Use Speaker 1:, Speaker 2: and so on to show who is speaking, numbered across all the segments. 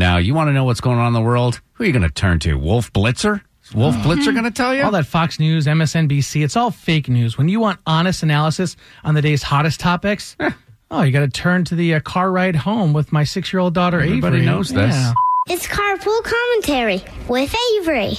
Speaker 1: Now, you want to know what's going on in the world? Who are you going to turn to? Wolf Blitzer? Is Wolf Blitzer going to tell you?
Speaker 2: Uh-huh. All that Fox News, MSNBC, it's all fake news. When you want honest analysis on the day's hottest topics, oh, you got to turn to the uh, car ride home with my six year old daughter
Speaker 1: Everybody
Speaker 2: Avery.
Speaker 1: knows this.
Speaker 2: Yeah.
Speaker 3: It's carpool commentary with Avery.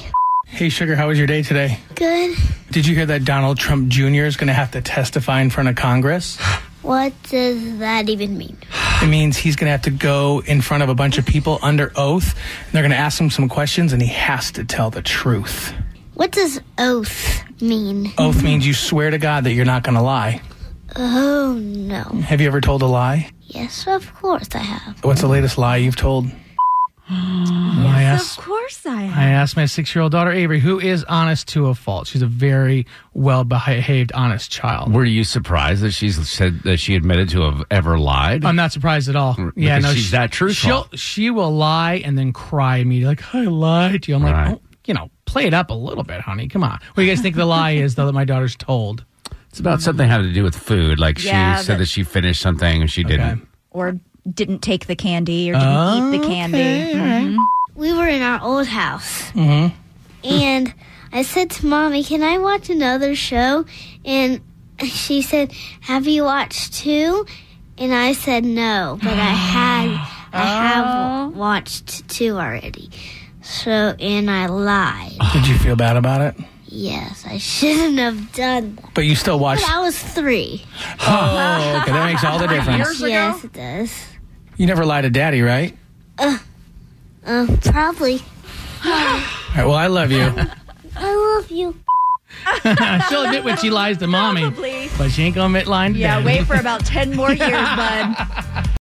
Speaker 4: Hey, Sugar, how was your day today?
Speaker 3: Good.
Speaker 4: Did you hear that Donald Trump Jr. is going to have to testify in front of Congress?
Speaker 3: What does that even mean?
Speaker 4: It means he's going to have to go in front of a bunch of people under oath, and they're going to ask him some questions, and he has to tell the truth.
Speaker 3: What does oath mean?
Speaker 1: Mm-hmm.
Speaker 4: Oath means you swear to God that you're not going to lie.
Speaker 3: Oh no.
Speaker 4: Have you ever told a lie?
Speaker 3: Yes, of course I have.
Speaker 4: What's the latest lie you've told?
Speaker 2: I, asked,
Speaker 5: Of course I am.
Speaker 2: I asked my six year old daughter Avery, who is honest to a fault. She's a very well behaved, honest child.
Speaker 1: Were you surprised that she said that she admitted to have ever lied?
Speaker 2: I'm not surprised at all. Yeah,
Speaker 1: because
Speaker 2: no,
Speaker 1: she's
Speaker 2: she-
Speaker 1: that truthful.
Speaker 2: She'll, she will lie and then cry immediately, like I lied to you. I'm like,
Speaker 1: Right.
Speaker 2: oh, you know, play it up a little bit, honey. Come on. What do you guys think the lie is though that my daughter's told?
Speaker 1: it's about something having to do with food. Like
Speaker 5: Yeah,
Speaker 1: she said
Speaker 5: but-
Speaker 1: that she finished something and she didn't.
Speaker 5: Or didn't take the candy or didn't eat the candy.
Speaker 3: We were in our old house. Mm-hmm. And I said to mommy, "Can I watch another show?" And she said, "Have you watched two? And I said, "No, but I had I have watched two already." So and I lied.
Speaker 4: Did you feel bad about it?
Speaker 3: Yes, I shouldn't have done that.
Speaker 4: But you still watched.
Speaker 3: But I was three.
Speaker 4: Oh, okay, that makes all the difference.
Speaker 3: yes, it does.
Speaker 4: You never lie to daddy, right?
Speaker 3: Uh, probably.
Speaker 4: All right, well, I love you.
Speaker 3: I love you.
Speaker 2: She'll admit when she lies to mommy, but she ain't gonna admit lying. to
Speaker 5: Mm-hmm. Yeah,
Speaker 2: dad.
Speaker 5: wait for about 10 more years, bud.